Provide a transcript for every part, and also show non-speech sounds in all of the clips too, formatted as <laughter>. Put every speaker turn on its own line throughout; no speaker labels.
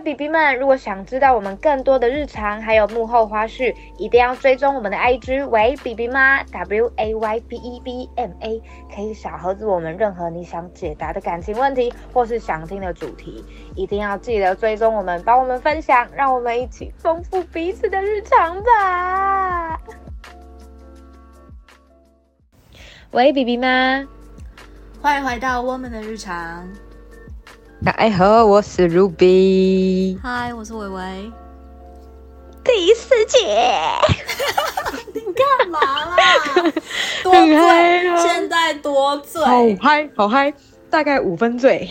B B 们，如果想知道我们更多的日常还有幕后花絮，一定要追踪我们的 I G 为 B B 妈 W A Y B E B M A，可以小盒子我们任何你想解答的感情问题或是想听的主题，一定要记得追踪我们，帮我们分享，让我们一起丰富彼此的日常吧。喂，B B 妈，
欢迎回到我们的日常。
大家好，我是 Ruby。
嗨，我是伟伟。
第四节，
你干嘛啦？多
很嗨
醉，
啊
现在多醉。
好嗨，好嗨！大概五分 <laughs> 醉，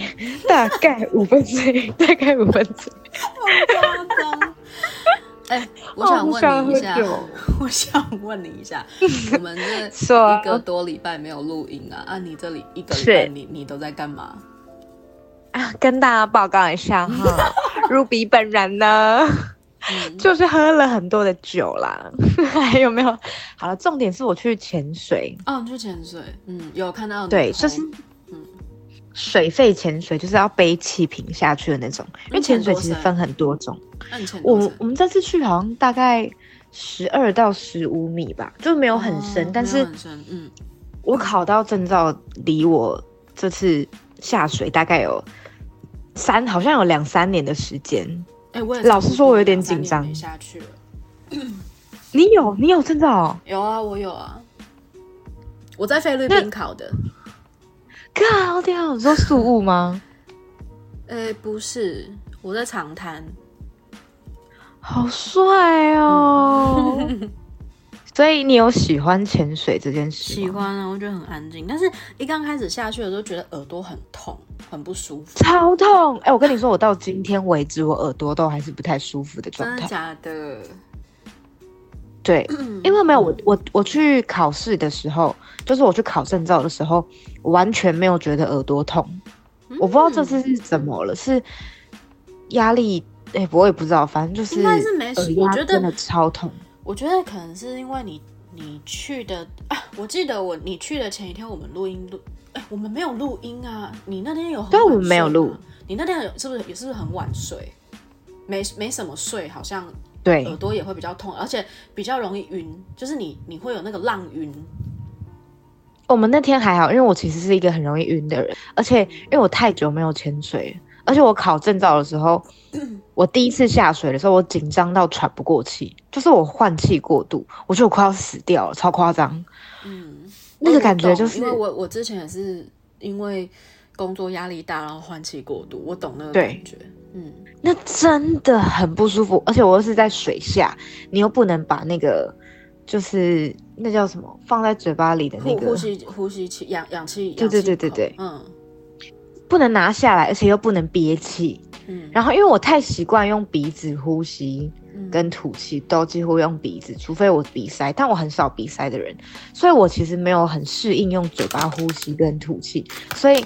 大概五分醉， <laughs> 大概五分醉。
夸张。哎、我想问你一下，
哦
<laughs> 我想问你一下，我们
说
这
啊
一个多礼拜没有录音啊，啊，你这里一个礼拜
是
你你都在干嘛？
啊，跟大家报告一下 <laughs> 哈，Ruby 本人呢，
嗯，
就是喝了很多的酒啦。 <laughs> 还有没有？好了，重点是我去潜水，
哦，你去潜水，嗯，有看到你
对，
po
就是
嗯
水肺潜水，就是要背气瓶下去的那种。因为
嗯
潜水
很多
其实
深
分嗯很多种，
那你潜多
我
深
我们这次去好像大概十二到十五米吧，就没有很
哦
深，但
没有
是
很深，嗯，
我考到证照离我这次下水大概有三，好像有两三年的时间。
哎、我也
老
差不
实说
多
我有点
两三
紧
年
张
没下去了。
你有你有证照、哦？
有啊，我有啊，我在菲律宾
那
考的。
靠掉！你说宿雾吗？
哎、不是，我在长滩。
<laughs> 好帅哦！ <laughs> 所以你有喜欢潜水这件事？
喜，欢啊，我觉得很安静。但是一刚开始下去的时候，觉得耳朵很痛，很不舒服。
超痛！哎、我跟你说，我到今天为止，我耳朵都还是不太舒服的状
真的嗯
态。
假的？
对，因为没有我我我去考试的时候，就是我去考证照的时候，我完全没有觉得耳朵痛。我不知道这
嗯
次是怎么了，是压力？哎、我也不知道，反正就是
应该是没事
耳压
我觉得
真的超痛。
我觉得可能是因为你你去的啊，我记得我你去的前一天我们录音录，哎、我们没有录音啊。你那天有很
对
晚
我们没有
睡吗
录。
你那天有是不是也是不是很晚睡？没没什么睡，好像
对
耳朵也会比较痛，而且比较容易晕，就是你你会有那个浪晕。
我们那天还好，因为我其实是一个很容易晕的人，而且因为我太久没有潜水了，而且我考证照的时候，
嗯
我第一次下水的时候，我紧张到喘不过气，就是我换气过度，我觉得我快要死掉了，超夸张。
嗯，
那个感
我
觉
懂
就是
因为我我之前也是因为工作压力大，然后换气过度，我懂那个
对
感觉。嗯，
那真的很不舒服，而且我又是在水下，你又不能把那个就是那叫什么放在嘴巴里的那
呼
个
呼吸呼吸气氧氧气，
对对
氧气
对对
口
对
嗯
不能拿下来，而且又不能憋气。
嗯，
然后因为我太习惯用鼻子呼吸
嗯
跟吐气，都几乎用鼻子，除非我鼻塞，但我很少鼻塞的人，所以我其实没有很适应用嘴巴呼吸跟吐气。所以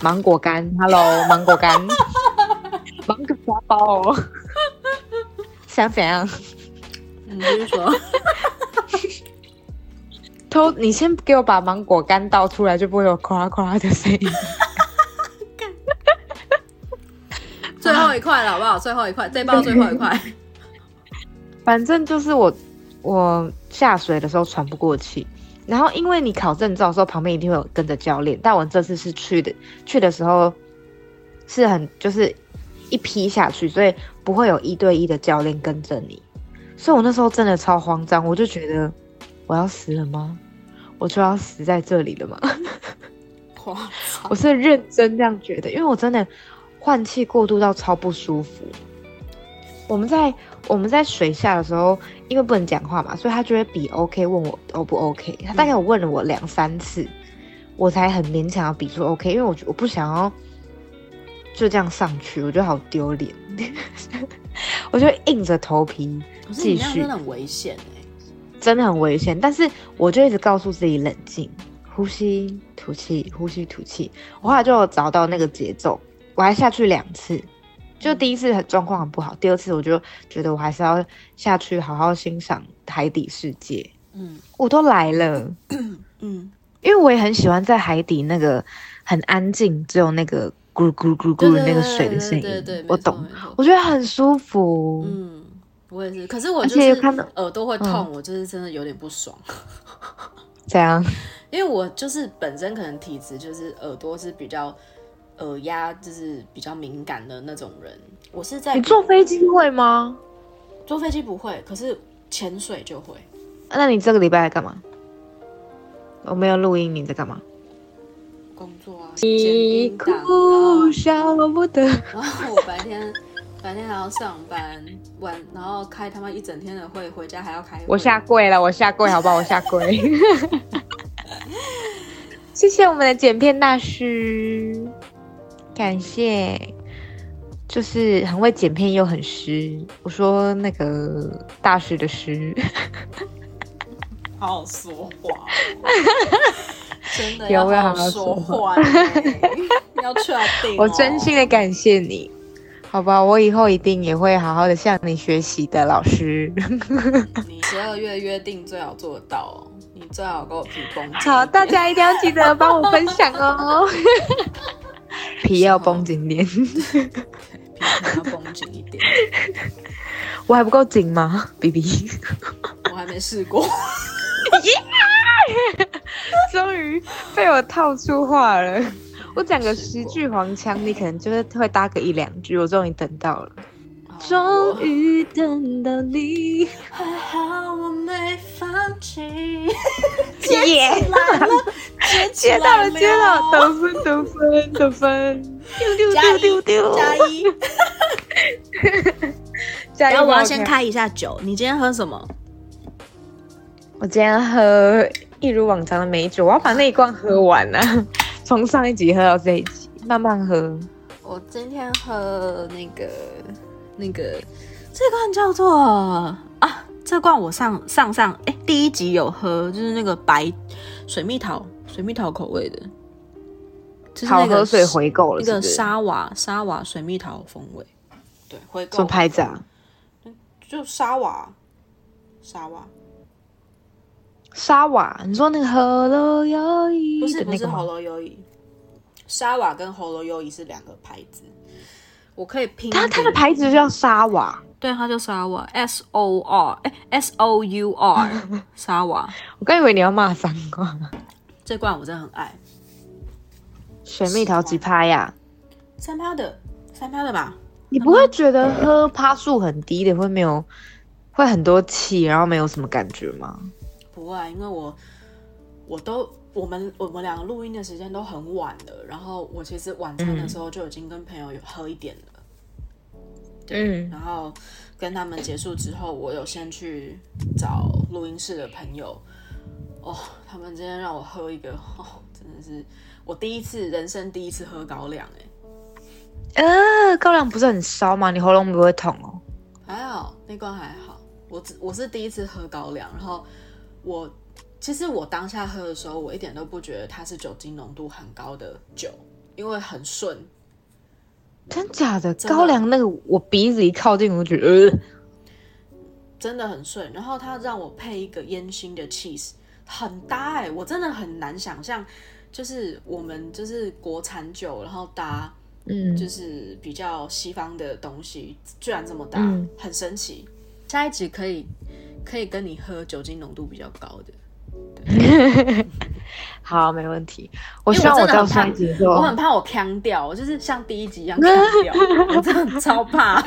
芒果干，Hello，芒果
<laughs>
干，芒果沙包 <laughs> 哦，想怎样？
你继续说，
偷，你先给我把芒果干倒出来，就不会有夸夸的声音。
<laughs> 最后一块了好不好？最后一块，这包最后一块。 <laughs>
反正就是我，我下水的时候喘不过气，然后因为你考证照的时候旁边一定会有跟着教练，但我这次是去的，去的时候是很就是一批下去，所以不会有一对一的教练跟着你，所以我那时候真的超慌张，我就觉得我要死了吗？我就要死在这里了吗？
哇操
我是认真这样觉得，因为我真的换气过度到超不舒服。我们在我们在水下的时候，因为不能讲话嘛，所以他就会比 OK 问我 O 不 OK。他大概有问了我两三次，我才很勉强要比出 OK，因为我我不想要就这样上去，我觉得好丢脸， <laughs> 我就硬着头皮
可是
继
你那样
续
真的，很危险哎、
真的很危险。但是我就一直告诉自己冷静，呼吸吐气，呼吸吐气。我后来就有找到那个节奏，我还下去两次。就第一次很状况很不好，第二次我就觉得我还是要下去好好欣赏海底世界。
嗯
我都来了，
嗯，
因为我也很喜欢在海底那个很安静，只有那个咕噜咕噜咕噜咕
对
噜
对
那个
对
水的
对
声音，
对对，
我
没错
懂，
没错
我觉得很舒服。
嗯，我也是，可是我
而
就
且
是
有看到嗯
耳朵会痛，我就是真的有点不爽，
这样，
因为我就是本身可能体质就是耳朵是比较耳压就是比较敏感的那种人，我是在
你坐飞机会吗？
坐飞机不会，可是潜水就会。
啊那你这个礼拜在干嘛？我没有录音，你在干嘛？
工作啊，剪音档啊，
笑 <laughs> 不得。
然后我白天白天还要上班，晚然后开他妈一整天的会，回家还要开会。
我下跪了，我下跪，好不好？我下跪。 <laughs> 谢谢我们的剪片大师，感谢，就是很会剪片又很湿。我说那个大师的 <laughs> 师，
好好说话，哦真的
有
要
没有
好
好好
说
说 <laughs>
话嘞，要确定、哦
我真心。的感谢你，好吧？我以后一定也会好好的向你学习的，老 <laughs> 师。
你十二月约定最好做得到、哦，你最好给我皮绷。
好，大家一定要记得帮我分享 <laughs> 哦。皮要绷紧 <laughs> 点，
皮要绷紧一点，
我还不够紧吗，B B？
我还没试过。
终于被我套出话 <laughs> 了。我讲个十句黄腔，你可能就是会搭个一两句。我终于等到了，
好
<laughs> 终于等到你，
还好我没放弃。
接接到了，接到了，得分，得分，得分，丢丢
哦加
丢
一
丢丢，
加一。
加油！
然后我要
帮
先
看。
开一下酒，你今天喝什么？
我今天喝一如往常的美酒，我要把那一罐喝完啊！ <laughs> 从上一集喝到这一集，慢慢喝。
我今天喝那个那个这罐叫做啊，这罐我上上上哎、第一集有喝，就是那个白水蜜桃水蜜桃口味的，就是那
好
个
喝水回购了
那
是不
个
是，
沙瓦沙瓦水蜜桃风味，对回
什么
购
牌子啊？
就沙瓦沙瓦，
沙瓦，你说那个喝了有
不
一
是
的
不
那
是
个
喉
吗？
咙优怡，沙瓦跟喉咙优怡是两个牌子，我可以拼
它它的
给你
牌子就叫沙瓦。
对，它叫沙瓦，S O R，哎，S O U R，沙瓦。
我刚以为你要骂脏话。
这罐我真的很爱，
水蜜桃几趴呀？
三趴的，三趴的吧？
你不会觉得喝趴数很低的会没有，会很多气，然后没有什么感觉吗？
不会啊，因为我我都我们我们两个录音的时间都很晚了，然后我其实晚餐的时候就已经跟朋友有喝一点了，
嗯，
然后跟他们结束之后，我有先去找录音室的朋友，哦，他们今天让我喝一个，哦，真的是我第一次人生第一次喝高粱、哎。
呃，高粱不是很烧吗？你喉咙不会痛哦？
还好，那罐还好。我只我是第一次喝高粱，然后我其实我当下喝的时候，我一点都不觉得它是酒精浓度很高的酒，因为很顺。
真假的？
真的
高粱那个，我鼻子一靠近，我就觉得、呃、
真的很顺，然后它让我配一个烟熏的 cheese，很搭哎、我真的很难想象，就是我们就是国产酒，然后搭
嗯，
就是比较西方的东西，居然这么搭，
嗯
很神奇。下一集可以可以跟你喝酒精浓度比较高的，
好，没问题。我
因为
希望
我
我
真的
到
很怕
上一集的时候
我很怕我腔掉，我就是像第一集一样腔
<laughs>
掉，我真的超怕，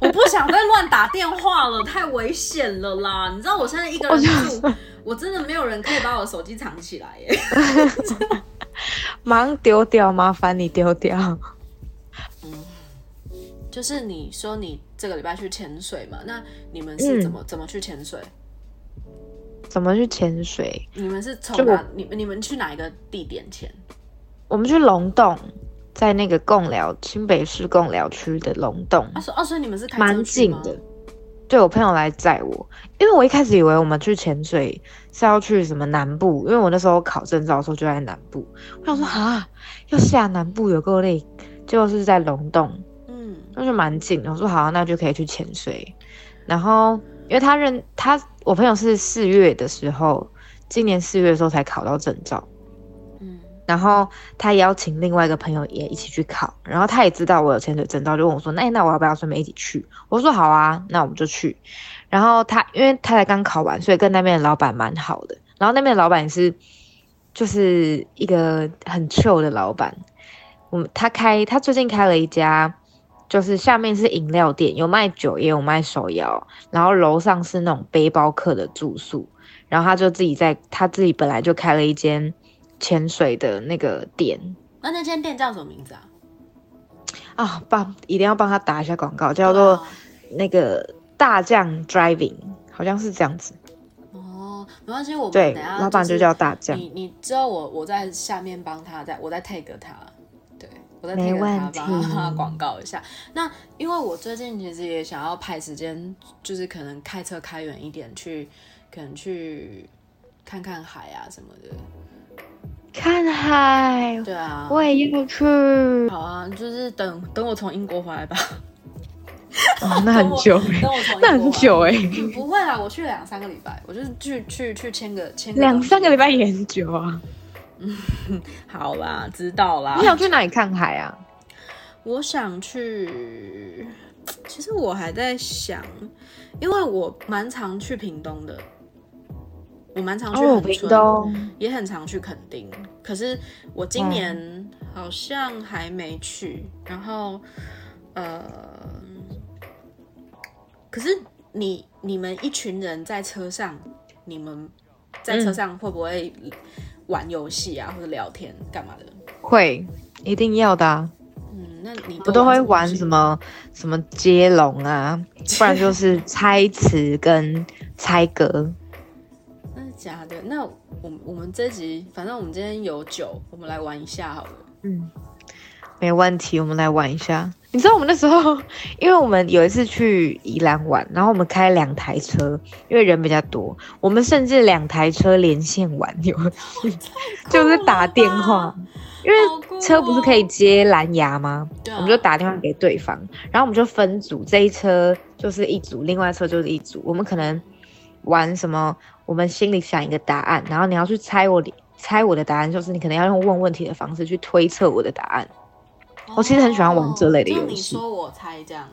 我不想再乱打电话了，太危险了啦！你知道我现在一个人住，我真的没有人可以把我的手机藏起来耶。 <laughs>
忙丢掉，麻烦你丢掉。
就是你说你这个礼拜去潜水嘛？那你们是怎么、
嗯
怎么去潜水？
<laughs> 怎么去潜水？
你们是从
就
哪？你们你们去哪一个地点潜？
我们去龙洞，在那个贡寮新北市贡寮区的龙洞，
啊，所哦，所以你们是开车
蛮
去
近
吗
的。对我朋友来载我，因为我一开始以为我们去潜水是要去什么南部，因为我那时候考证照的时候就在南部，我
嗯
想说啊，要下南部有够累，结果是在龙洞，
嗯，
那就蛮近的。我说好啊、那就可以去潜水。然后因为他认他，我朋友是四月的时候，今年四月的时候才考到证照，
嗯，
然后他邀请另外一个朋友也一起去考，然后他也知道我有潜水证照，就问我说：“那、那我要不要顺便一起去？”我说：“好啊，那我们就去。”然后他因为他才刚考完，所以跟那边的老板蛮好的。然后那边的老板也是就是一个很 chill 的老板。我们他开他最近开了一家，就是下面是饮料店，有卖酒也有卖手摇，然后楼上是那种背包客的住宿。然后他就自己在他自己本来就开了一间潜水的那个店
那那间店叫什么名字啊？
啊，帮一定要帮他打一下广告，叫做那个大酱 Driving，好像是这样子。
哦，没关系，我们
对，
等一下
老板
就
就是叫大酱，
你你之后我我在下面帮他，在我在 tag 他，对我在
没
tag
问
他帮他
题
广告一下。那因为我最近其实也想要排时间，就是可能开车开远一点去，可能去看看海啊什么的。
看海，
对啊，
我也要去。
好啊，就是等等我从英国回来吧。
哇，那很久欸，
<laughs> 等我从英国
那很久
回来
哎、
嗯不会啊，我去两三个礼拜，我就是去去去签个签个
两
东西
三个礼拜也很久啊。
好啦，知道啦。
你想去哪里看海啊？
我想去，其实我还在想，因为我蛮常去屏东的，我蛮常去
哦，
恒
屏
春，
东，
也很常去垦丁。可是我今年好像还没去，然后呃，可是你你们一群人在车上，你们在车
嗯
上会不会玩游戏啊，或者聊天干嘛的？
会一定要的、啊。
嗯，那你
我都会玩
游戏
什么什么接龙啊，不然就是猜词跟猜歌。
真的假的？那我们我们这集，反正我们今天有酒，我们来玩一下好了。
嗯，没问题，我们来玩一下。你知道我们那时候，因为我们有一次去宜兰玩，然后我们开两台车，因为人比较多，我们甚至两台车连线玩，有 <laughs> 就是打电话，因
好酷哦
为车不是可以接蓝牙吗？
对啊，
我们就打电话给对方，然后我们就分组，这一车就是一组，另外一车就是一组。我们可能玩什么，我们心里想一个答案，然后你要去猜我的猜我的答案，就是你可能要用问问题的方式去推测我的答案。
哦。
我其实很喜欢玩这类的游戏
就你说我猜这样。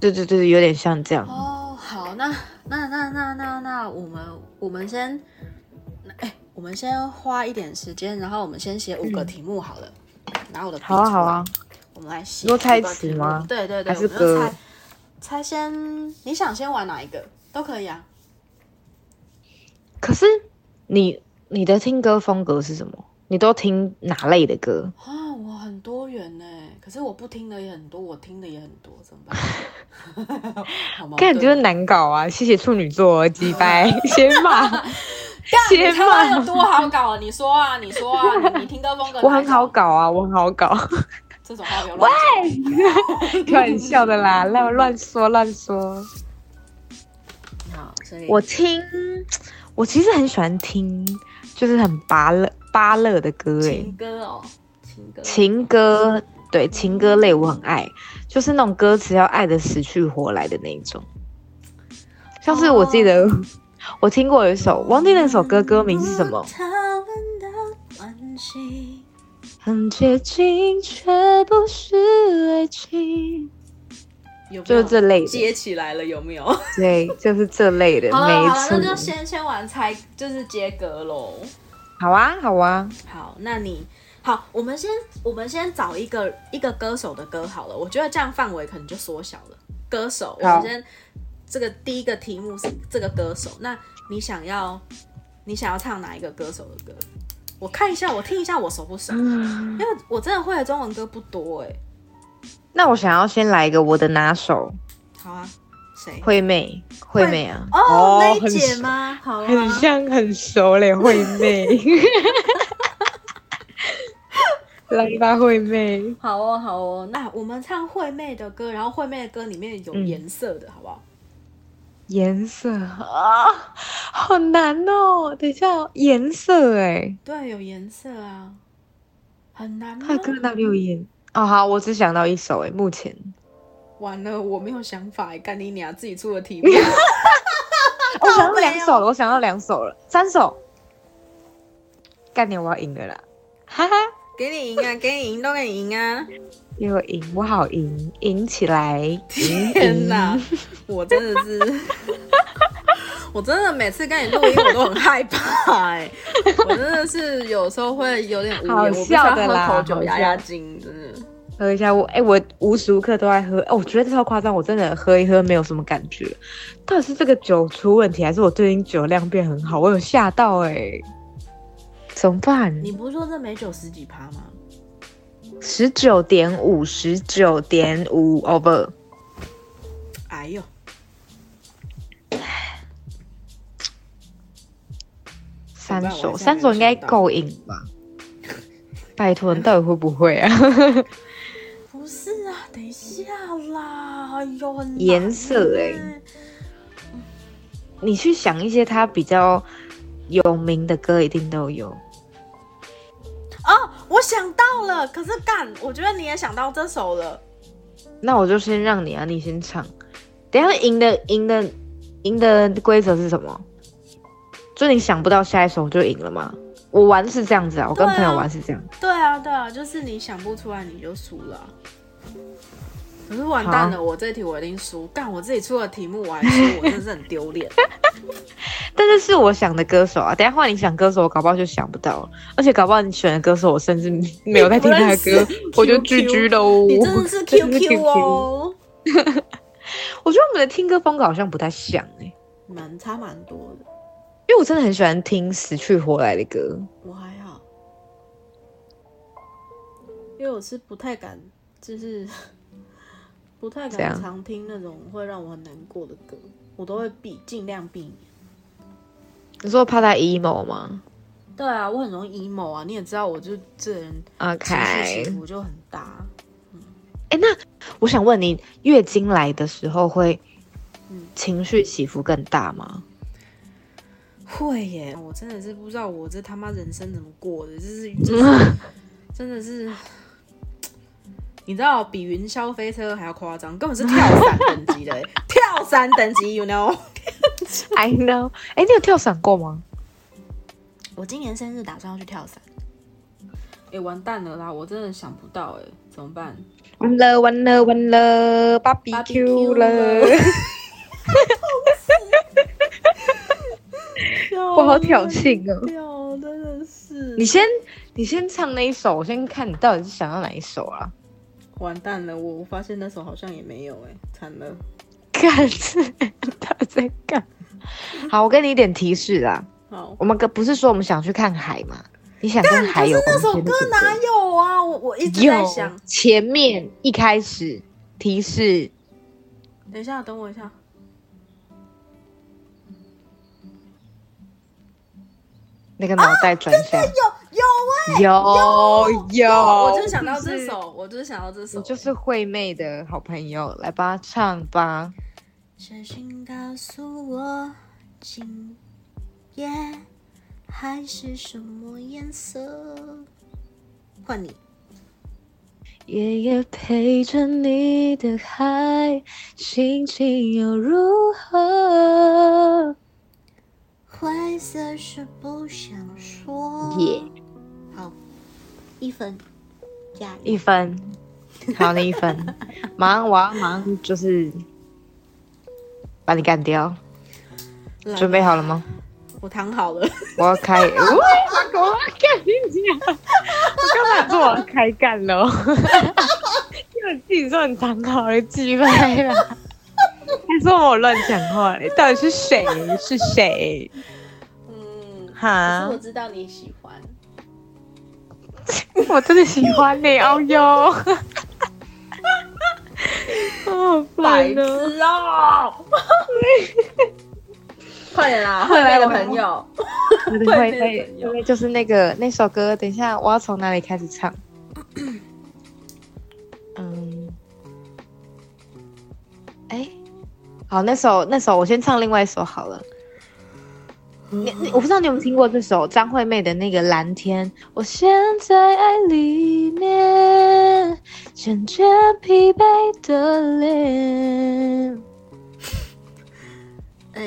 对对对，有点像这样。
哦，好，那那那那那那我们我们先，那哎、我们先花一点时间，然后我们先写五个题目好了。拿我的笔
好啊
出来
好啊，，
我们来写。
你说猜词吗
对对对，
还是
我们就
歌
猜猜先，你想先玩哪一个都可以啊。
可是你你的听歌风格是什么？你都听哪类的歌？
啊，我很多元呢，可是我不听的也很多，我听的也很多，怎么办？ <laughs> 好矛
看
盾哦
你就是难搞啊！谢谢处女座哦，鸡 <laughs> 掰，先骂，
你
先
看我有
骂。
多好搞啊！你说啊，你说啊，你你听歌风格哪一种，
我很好搞啊，我很好 <laughs> 搞。
这种话不要乱讲。
开玩笑的啦，乱乱说乱说。
好，所以
我听，我其实很喜欢听，就是很芭乐芭乐的歌诶
情，歌哦，情歌，
情歌，对情歌类我很爱，就是那种歌词要爱的死去活来的那一种。像是我记得、 <laughs> 我听过有一首，忘记那首歌歌名是什么，
讨论到关系
嗯很接近却不是爱情，
有没有
就是这类的，
接起来了，有没有？
对，就是这类的，
好了
没
好了，那就
错，
先先玩猜，就是接歌喽。
好啊，好啊，
好，那你好，我们先我们先找一个一个歌手的歌好了，我觉得这样范围可能就缩小了。歌手，我
好
们先这个第一个题目是这个歌手，那你想要你想要唱哪一个歌手的歌？我看一下，我听一下，我熟不熟？啊
嗯。
因为我真的会的中文歌不多哎、
那我想要先来一个我的拿手，
好啊，谁？
惠妹，惠妹啊，
哦，梅
很
姐
熟？
吗？好啊，
很像很熟嘞，惠妹。 <laughs> 来吧，惠妹。
好哦，好哦。那我们唱惠妹的歌，然后惠妹的歌里面有
嗯
颜色的，好不好？
颜色啊，好难哦！等一下哦，颜色哎，
对，有颜色啊，很难吗
他的歌哪里有颜？哦，好，我只想到一首哎，目前。
完了，我没有想法耶，干你娘自己出的题目。
哦 <laughs> 我想到两首了，我想到两首了，三首。干点我要赢了啦！哈哈，
给你赢啊，给你赢，都给你赢啊！
给我赢，我好赢，赢起来，赢
天哪
赢，
我真的是， <laughs> 我真的每次跟你录音我都很害怕哎、我真的是有时候会有点无言，
好
我必须要
笑的啦
喝口酒压
好
压
笑
惊，真的。
喝一下我，哎、我无时无刻都在喝，哎、我觉得超夸张，我真的喝一喝没有什么感觉，到底是这个酒出问题，还是我最近酒量变很好？我有吓到哎、怎么办？
你不是说这美酒十几趴吗？
十九点五，十九点五哦 over，
哎呦，
三
我
首，
现在
三
没有
首应该
想到
够瘾吧？拜托，你到底会不会啊？ <laughs>
不是啊，等一下啦，哎呦，很难
颜色欸
欸
你去想一些他比较有名的歌，一定都有。
哦，我想到了，可是干，我觉得你也想到这首了。
那我就先让你啊，你先唱。等一下赢的赢的赢的规则是什么？就你想不到下一首就赢了吗？我玩是这样子啊，我跟
对啊
朋友玩是这样。
对啊，对啊，就是你想不出来你就输了啊。可是完蛋了，我这题我一定输。干，我自己出的题目我还输，我真是很
<laughs>
丢脸。
但是是我想的歌手啊，等一下换你想歌手，我搞不好就想不到了。而且搞不好你选的歌手，我甚至没有在哎听他的
你
歌
不
<laughs> 我就
认 <laughs> 识，QQ
GG 喽。
你真的是 QQ 哦，
我觉得我们的听歌风格好像不太像哎、
蛮差蛮多的。
因为我真的很喜欢听死去活来的歌。
我还好，因为我是不太敢，就是 <laughs> 不太
怎
敢
样
常听那种会让我很难过的歌，我都会避，尽量避免。
你说怕他 emo 吗
对啊，我很容易 emo 啊，你也知道，我就这人
？OK，
情绪起
哎、
伏就很大。
那我想问你，月经来的时候会
嗯
情绪起伏更大吗？
会耶，我真的是不知道我这他妈人生怎么过的，就是就是真的是，你知道比云霄飞车还要夸张，根本是跳伞等级的耶，欸 <laughs> 跳伞等级，you know。
I know，哎、你有跳伞过吗？
<laughs> 我今年生日打算要去跳伞。哎、完蛋了啦！我真的想不到哎、怎么办
完了完了完了，BBQ 了，我好挑衅哦！
跳真的是
你先，你先唱那一首，我先看你到底是想要哪一首啊？
完蛋了！我我发现那首好像也没有哎、惨了。
干是他在干。好，我给你一点提示啦。
好，
我们跟不是说我们想去看海吗？你想跟海
可是
有
那
关
首
系
歌
的是
哪
不
有啊？我我一
是
直在
有
想，
前面一开始提示
嗯等一下，等我一下。
那个脑袋转向，
有啊有欸
有有，
我哦就是想到这
是
首，我就是想到这首。
你就是惠妹的好朋友，来吧，唱吧。
写信告诉我，今夜海是什么颜色？换你，
夜夜陪着你的海，心情又如何？
灰色是不想说。
耶
好，一分，加一。
一分，好，那一分，马上我要马上就是把你干掉，
来吧
准备好了吗？
我躺好了。
我要
<laughs>
开，我要我要干你啊！我刚才说我要开干了，因为我自己说很躺好了，鸡掰了，还说我乱讲话嘞，到底是谁？是谁？
嗯，可
哈
是我，知道你喜欢。
我真的喜欢你，哦哟。好烦哦！
白痴哦！ <laughs>
<laughs>
快点啦，
快
惠妹
来
的
我
朋友。
会
会
会
会
会会，就是那个那首歌。等一下，我要从哪里开始唱？嗯，哎、好，那首那首我先唱另外一首好了。你你我不知道你有没有听过这首张惠妹的那个《蓝天》，我陷在爱里面，渐渐疲惫的脸。
哎、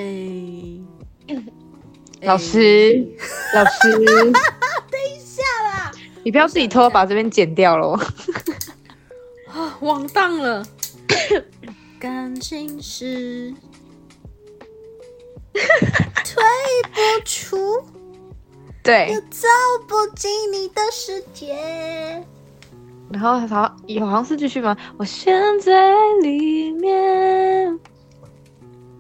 老师，老师，
<laughs> 哎，等一下啦，
你不要自己偷偷把这边剪掉哦
<laughs>
喽。
啊，完蛋了！感情是 <laughs> 推不出，
对
又，走不进你的世界。
然后好，有好像是继续吗？我陷在里面，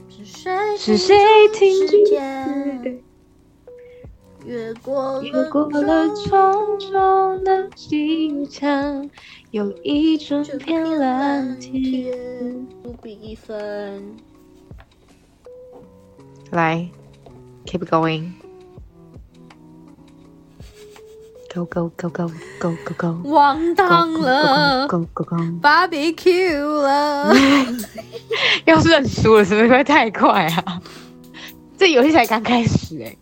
是谁？
是谁听
世
见？
界？越过
越过了重重的心墙，哦有一整片蓝天。
不比一分。
来，keep going。Go go go go go go go！
完蛋了
Go go go！
，barbecue
<laughs>
了，
要是认输了，是不是会太快啊？这游戏才刚开始哎、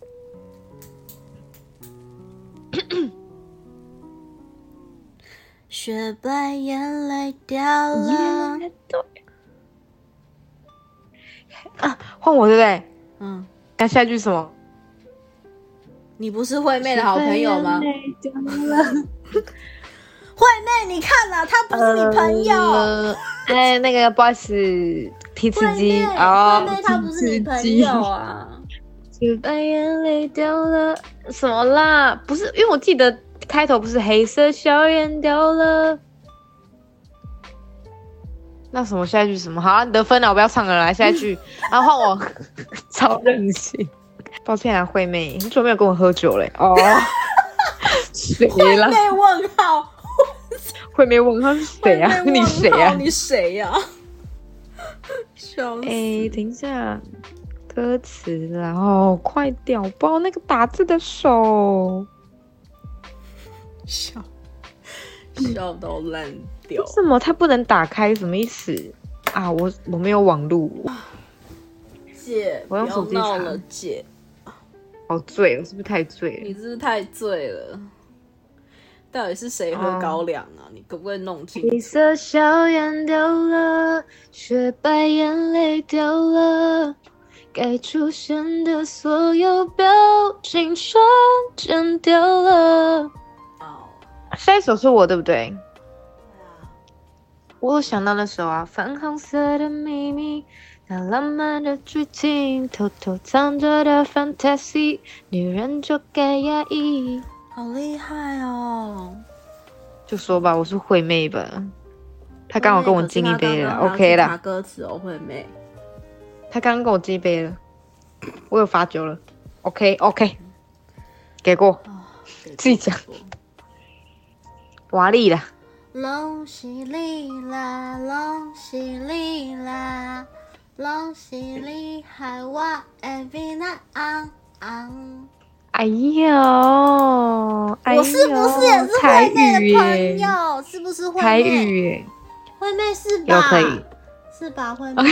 雪白眼泪掉了。
对。啊，换我对不对？
嗯，
刚下一句什么？
你不是惠妹的好朋友吗？惠妹，哎你看啦，他不是你朋友。
呃哎，那个 boss 提
惠
词
妹，
机
惠
哦，
妹，他不是你朋友啊。
就把眼泪掉了，什么啦？不是，因为我记得开头不是黑色小眼掉了。那什么下一句什么？好、啊，你得分了，我不要唱了，来下一句，然后换我，超任性。抱歉啊，惠妹，很久没有跟我喝酒嘞。哦，谁啦？
被问号，
惠妹问他是谁啊？
被问
<laughs> 你
号
谁啊？
你
<laughs>
谁呀？笑死
哎、！等一下，歌词啦，然后快点，我不知道那个打字的手。
笑笑到烂掉
为。什么它不能打开？什么意思啊？我我没有网路，我
姐，不
我用
要
手机
闹
查
了，姐，
好哦醉了，是不是太醉
你
了？
是不是太醉了？到底是谁喝
哦
高粱啊？你可不可以弄清
黑
楚？
色小眼掉了，雪白眼泪掉了，该出现的所有表情瞬间掉了。
哦
下一首是我对不对？
啊
我有想到那首啊，粉红色的秘密，那浪漫的剧情，偷偷藏着的 fantasy，女人就该压抑。
好厉害哦！
就说吧，我是惠妹吧。他刚好跟我敬一杯了，OK
啦。查
啦。
歌词哦，惠妹。
他刚刚跟我敬一杯了，我有罚酒了，OK OK，给哦过
啊
自己讲。华丽啦，
隆喜利啦，隆喜利啦，隆喜利海哇艾比那昂昂。
哎呦，哎呦
我是不是也是
台
惠
语
妹的朋
耶？
友？是不是惠
台
妹？
语耶，
惠妹是吧？
有可 <laughs> 以
是吧？惠
<laughs>
妹，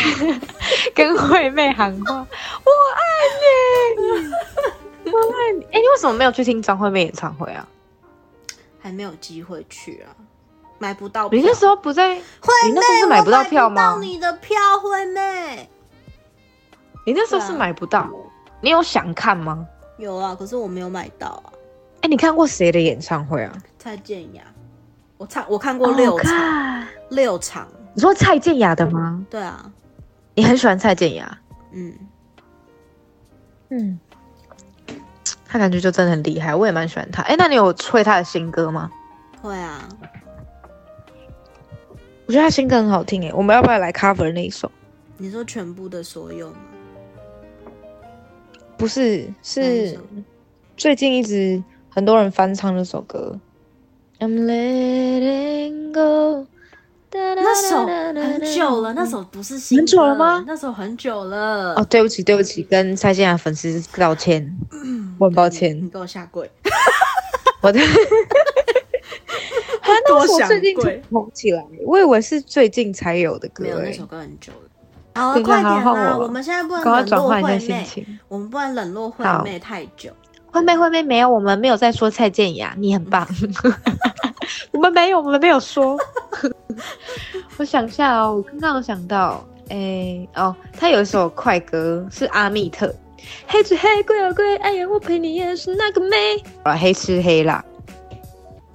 跟惠妹喊话，我爱你，我爱你。哎、你为什么没有去听张惠妹演唱会啊？
还没有机会去啊，买不到票。
你那时候不在，
惠
你
妹
那时候是
我
买
买
不到票吗
不到你的票，惠妹
你那时候是
对啊
买不到，你有想看吗？
有啊，可是我没有买到啊。
哎、你看过谁的演唱会啊？
蔡健雅，我唱我看过哦六场，
哦看
六场，
你说蔡健雅的吗？
对啊，
你很喜欢蔡健雅？
嗯。
嗯，她感觉就真的很厉害，我也蛮喜欢她。哎，那你有吹她的新歌吗？
会啊，
我觉得她新歌很好听哎，我们要不要来 cover 那一首？
你说全部的所有吗？
不是，
哪一
是
首
最近一直很多人翻唱那首歌。I'm letting go。
那
那
首很久了，那首不是新
很久了
歌
吗
那首很久了。
哦，对不起，对不起，跟蔡健雅粉丝道歉，
嗯
我很抱歉
你，你给我下跪，
我的。他那
多
首
想
最近
跪
才红起来，我以为是最近才有的歌、
没有那
欸
首。歌很久了。好了，
对
快
那
点
好好
啦！
我
我们现在不能
赶快
冷
转
落
换一下
惠
心
妹，
情。
我们不能冷落惠妹太久。
惠妹，惠妹没有，我们没有在说蔡健雅，你很棒。我们没有，我们没有 <laughs> 说。我想一下哦，我刚刚有想到，哎、哦，他有一首快歌是阿密特，黑吃黑，贵啊贵，哎呀，我陪你也是那个妹。啊，黑吃黑啦。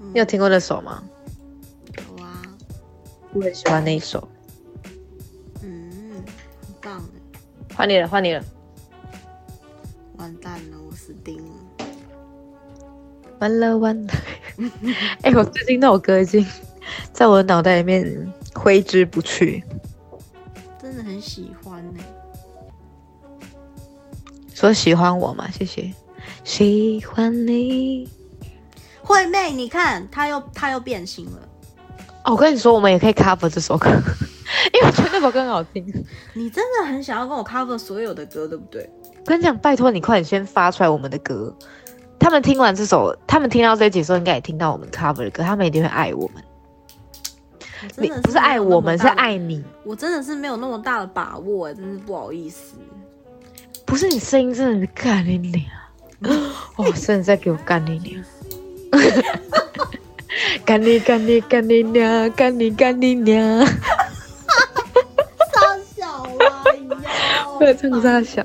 嗯
你有听过那首吗？
有啊，
我很喜欢那一首。
嗯，很棒，
换你了，换你了，
完蛋了，我死定了。
完了完了。 <laughs> 哎、我最近那首歌已经 <laughs> 在我的脑袋里面挥之不去，
真的很喜欢呢、
说喜欢我嘛，谢谢。喜欢你。
惠妹，你看，她又她又变形了。
哦，我跟你说，我们也可以 cover 这首歌，因为我觉得那首歌很好听。
你真的很想要跟我 cover 所有的歌，对不对？
我跟你讲，拜托你快点先发出来我们的歌。他们听完这首，他们听到这一集的时候，应该也听到我们 cover 的歌，他们一定会爱我们。
我真
你
的
不是爱
没有那
我
么
们，是
大的
爱你。
我，真的是没有那么大的把握、欸真是不好意思。
不是你声音真的是干你娘！ <laughs> 哇、真的在给我干你娘！ <laughs> 干你干你干你娘！干你干你娘！
大小
<laughs>
啊，哟
对唱大小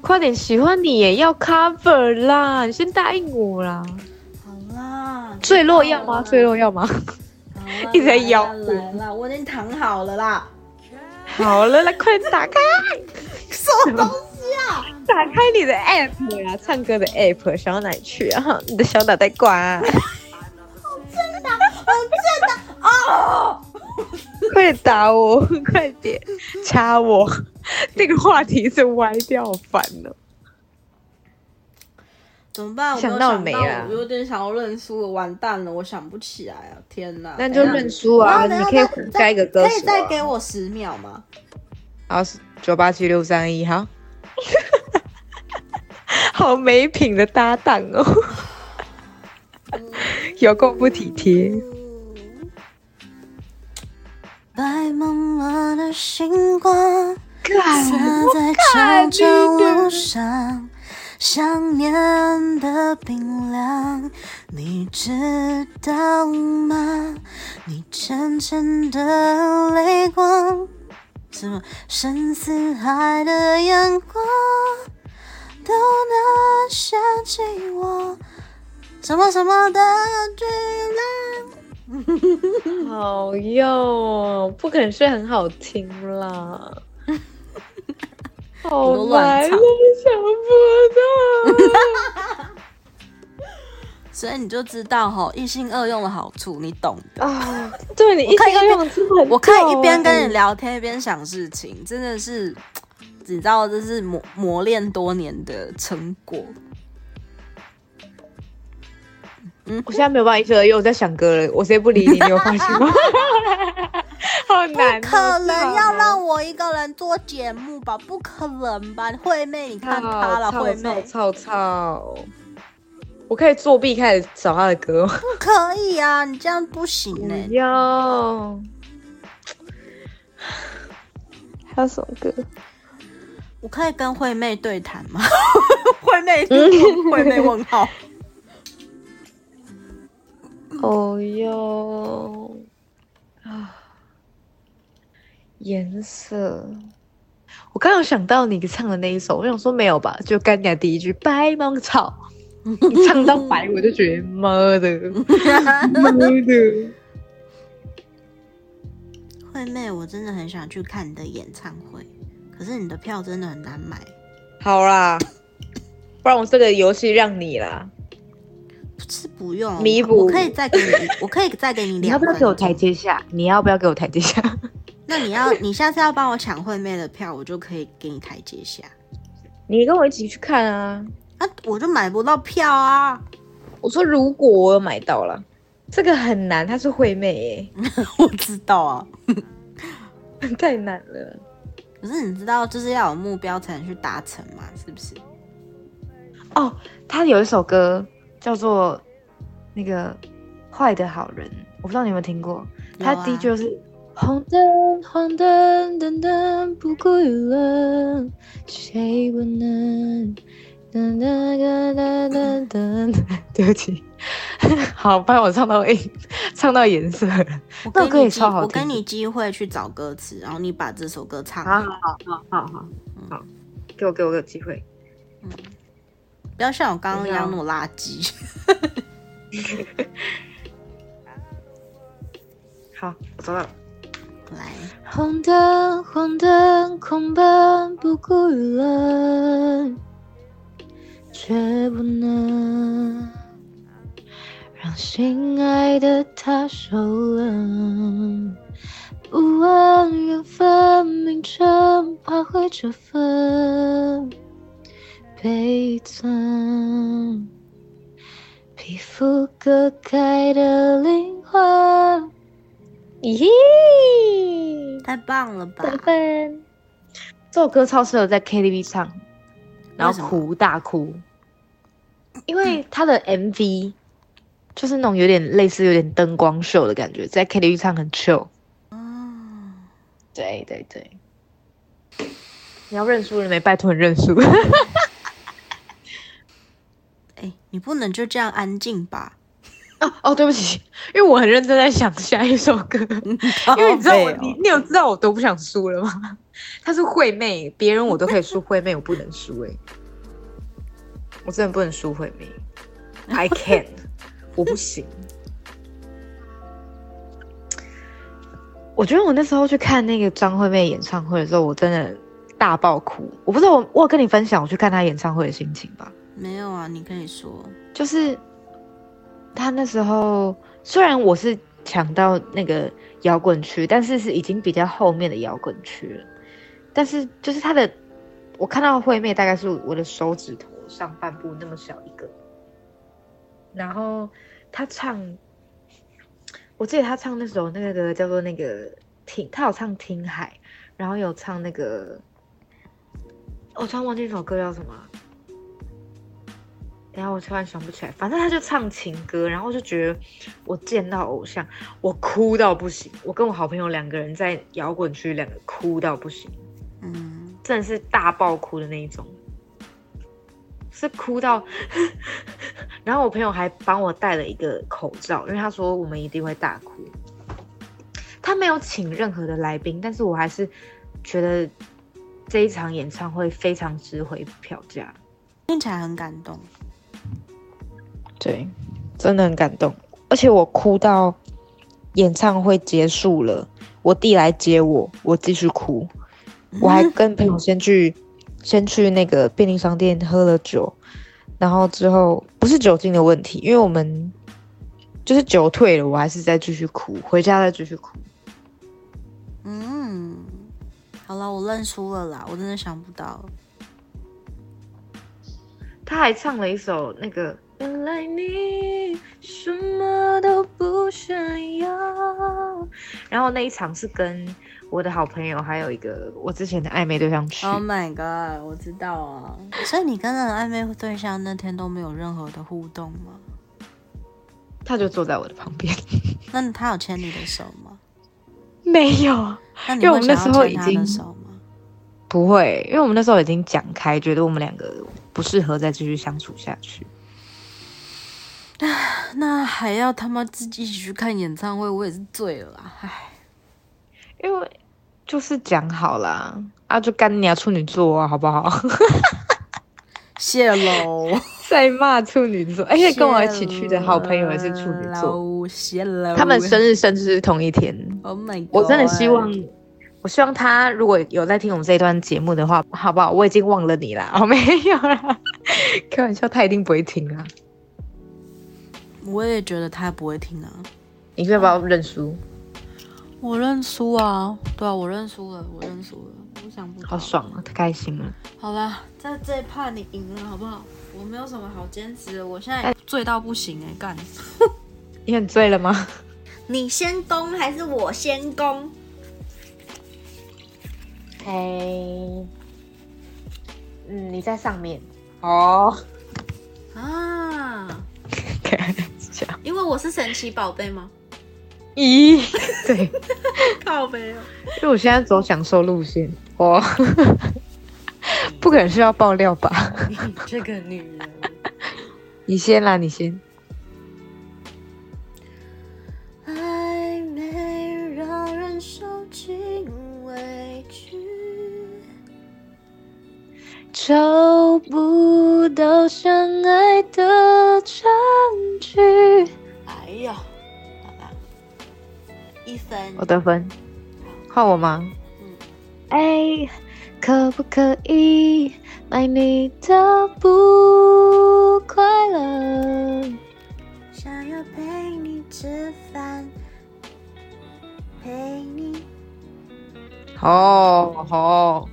快点，喜欢你也要 cover 啦！你先答应我啦！
好啦，
坠落要吗？坠落要吗？
好啦，
<laughs> 一直在
来啦
摇我
来啦，我已经躺好了啦。
好了，来快点打开，
什么东西啊？
打开你的 app 呀、唱歌的 app，想到哪里去啊？你的小脑袋瓜、 <laughs> 哦
哦，
快点打我，哦快点掐我！这个话题是歪掉，好烦哦。
怎么办？我没有
想到了没啊
想到我有点想要认输了，完蛋了，我想不起来啊！天哪，
那就认
输
输啊！你可以
再
加一个歌手、啊，
可以再给我十秒吗？
好，九八七六三一，好，好没品的搭档哦， <laughs> 有够不体贴。
白茫茫的星光洒在
看
长
见
江
了
路上，想念的冰凉，你知道吗？你浅浅的泪光，什么深似海的眼光，都能想起我什么什么的巨浪。
好哟，不可能是很好听啦。
<laughs>
好
都乱
难，
唱
想不到。
所以你就知道吼，一心二用的好处，你懂的。
啊，对你一
我可以
心二
一边
用真的很
我可以
逗
一边跟
欸
你聊天，一边想事情，真的是，你知道这是磨磨练多年的成果。
我现在没有办法一心二用，我在想歌了，我直接不理你，你有发现 <laughs> 吗？好难、哦，
可能要
我。
让我一个人做节目吧？不可能吧？惠妹，你看她了，惠妹，
操操！我可以作弊开始找他的歌吗？
不可以啊！你这样不行欸呢、
要。还有什么歌？
我可以跟惠妹对谈 <laughs> 吗？惠妹，惠妹问 <laughs> 号。
哦哟啊，颜色。我刚有想到你唱的那一首，我想说没有吧，就干掉第一句“白芒 <laughs> 草”，你唱到白我就觉得妈的，妈的。
惠妹，我真的很想去看你的演唱会，可是你的票真的很难买，
好啦，不然我这个游戏让你啦。
不是不用
弥补
我可以再给你， <laughs> 我可以再给你
你
两
要不要
分
给我
钟
台阶下？你要不要给我台阶下？
那你要，你下次要帮我抢惠妹的票，我就可以给你台阶下。
你跟我一起去看啊！
啊，我就买不到票啊！ <laughs>
我说如果我有买到了，这个很难，她是惠妹耶、
我知道啊，
<laughs> 太难了。
可是你知道，就是要有目标才能去达成嘛，是不是？
哦，她有一首歌叫做那个《坏的好人》，我不知道你有没有听过。她
有啊
第一句就是。红灯，黄灯，等等不顾于了，谁不能？噔噔噔噔噔噔 <laughs> 噔，对不起，好，不然我唱到音，唱到颜色了。
我
那我可
给
以
你机，
超好
我给
听
你机会去找歌词，然后你把这首歌唱
好好
好，
好好好好啊好，给我给我个机会。
不要像我刚刚一样那么垃圾。
好，我找到了。啊
<laughs> 来，
红灯，红灯，空奔不顾人，却不能让心爱的他受冷。不问缘分名称，怕会这份悲惨。皮肤割开的灵魂，
咦，
太棒了吧？
得分，
这首歌超适合在 KTV 唱，然
为什
后
么
哭大哭，因为它的 MV 就是那种有点类似有点灯光秀的感觉，在 KTV 唱很 chill。
哦，
对对对，你要认输了没？拜托你认输。 <laughs>
哎、你不能就这样安静吧？
哦哦，对不起，因为我很认真在想下一首歌， <laughs> 因为你知道我，
靠
你
背哦
你有知道我多不想输了吗？她是惠妹，别人我都可以输，惠妹我不能输哎、我真的不能输惠妹，I can，我 <laughs> 不行。我觉得我那时候去看那个张惠妹演唱会的时候，我真的大爆哭。我不知道我我有跟你分享我去看她演唱会的心情吧。
没有啊，你可以说，
就是他那时候虽然我是抢到那个摇滚区，但是是已经比较后面的摇滚区了。但是就是他的，我看到惠妹大概是我的手指头上半部那么小一个，然后他唱，我记得他唱那首那个叫做那个听，他有唱《听海》，然后有唱那个，哦我突然忘记那首歌叫什么了。等一下我突然想不起来，反正他就唱情歌，然后就觉得我见到偶像，我哭到不行。我跟我好朋友两个人在摇滚区，两个哭到不行，
嗯，
真的是大爆哭的那一种，是哭到。 <laughs> 然后我朋友还帮我戴了一个口罩，因为他说我们一定会大哭。他没有请任何的来宾，但是我还是觉得这一场演唱会非常值回票价。
听起来很感动。
对，真的很感动，而且我哭到演唱会结束了，我弟来接我，我继续哭，我还跟朋友先去先去那个便利商店喝了酒，然后之后不是酒精的问题，因为我们就是酒退了，我还是再继续哭，回家再继续哭。
嗯，好了，我认输了啦，我真的想不 <laughs> 到。
他还唱了一首那个，
原来你什么都不想要。
然后那一场是跟我的好朋友还有一个我之前的暧昧对象去。
Oh my god，我知道啊。所以你跟那个暧昧对象那天都没有任何的互动吗？
他就坐在我的旁边，
那他有牵你的手吗？
没有，
那你
因为我们
会
那
想
时
要
候
牵
已
他的
经
手吗？
不会，因为我们那时候已经讲开，觉得我们两个不适合再继续相处下去。
那还要他妈自己一起去看演唱会，我也是醉了啦。唉，
因为就是讲好啦，啊，就干你啊，处女座啊，好不好？
谢喽。
<laughs> 再骂处女座， <laughs> 而且跟我一起去的好朋友也是处女座，
座，谢喽。
他们生日甚至是同一天。
，Oh my god！
我真的希望，我希望他如果有在听我们这一段节目的话，好不好？我已经忘了你 <laughs> 啦，哦，没有啦，开玩笑，他一定不会听啊。
我也觉得他不会听啊。
你要不要认输？
我认输啊，对啊，我认输了，我认输了，我想不到。
好爽啊，太开心了。
好啦，在这一趴你赢了，好不好？我没有什么好坚持的，我现在醉到不行哎、干！
你很醉了吗？
你先攻还是我先攻？
嘿，
哎
嗯，你在上面，
哦，
啊，
开玩笑。
因为我是神奇宝贝吗？
<laughs> 咦，对，因
靠背哦。
为我现在走享受路线， <laughs> 我不可能是要爆料 <laughs> 吧？
这个女人，
<laughs> 你先啦，你先。
暧昧让人受尽委屈，找不到相爱的证据。
哎呀，好啦，一分
我。得分，换我吗？
哎，可不可以买你的不快乐？
想要陪你吃饭，陪你
哦哦，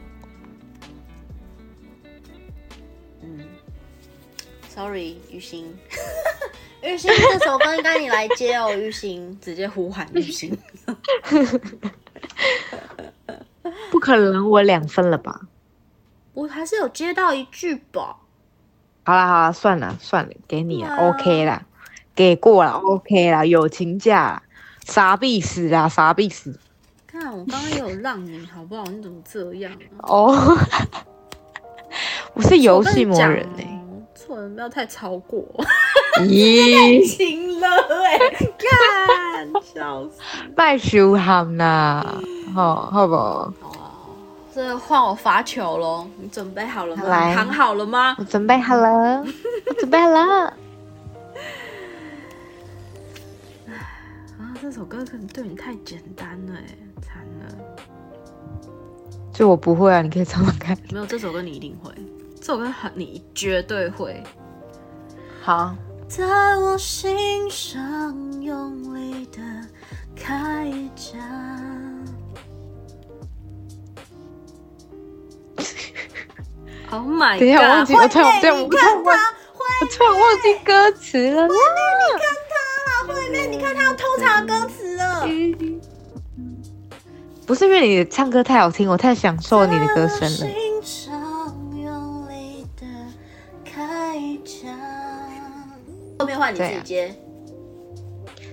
嗯，sorry，玉兴，玉兴，这首歌应该你来接哦，玉兴，直接呼喊玉兴。
不可能，我两分了吧？
<laughs> 我还是有接到一句吧，
好啦好啦，算了算了，给你了、
啊
哇
o k 啦，给过了，OK 啦，友情价啦，傻逼死啊，傻逼死！
看我刚刚也有让你，好不好？你怎么这样啊？
哦， <laughs> 我是游戏魔人欸
呢、
呢、
做人不要太超过， <laughs>
咦，
行了哎、看，笑死。
卖羞喊呐，好好不好？
哦，这换我罚球喽，你准备好了吗？
来
躺好了吗？
我准备好了，我准备好了。
啊，这首歌可能对你太简单了哎，惨了。
就我不会啊，你可以唱唱看。
没有这首歌你一定会，这首歌很你绝对会。
好，
在我心上用力的开
<laughs>
展。Oh my god！
等一下我忘记，我突然，
会被
对，啊我
你
突然
看他
忘，，我突然忘记歌词了啦。
会被你看他要偷查歌词了。
不是因为你唱歌太好听，我太享受你的歌声了。
欣赏用力的开场。后面换你自己接。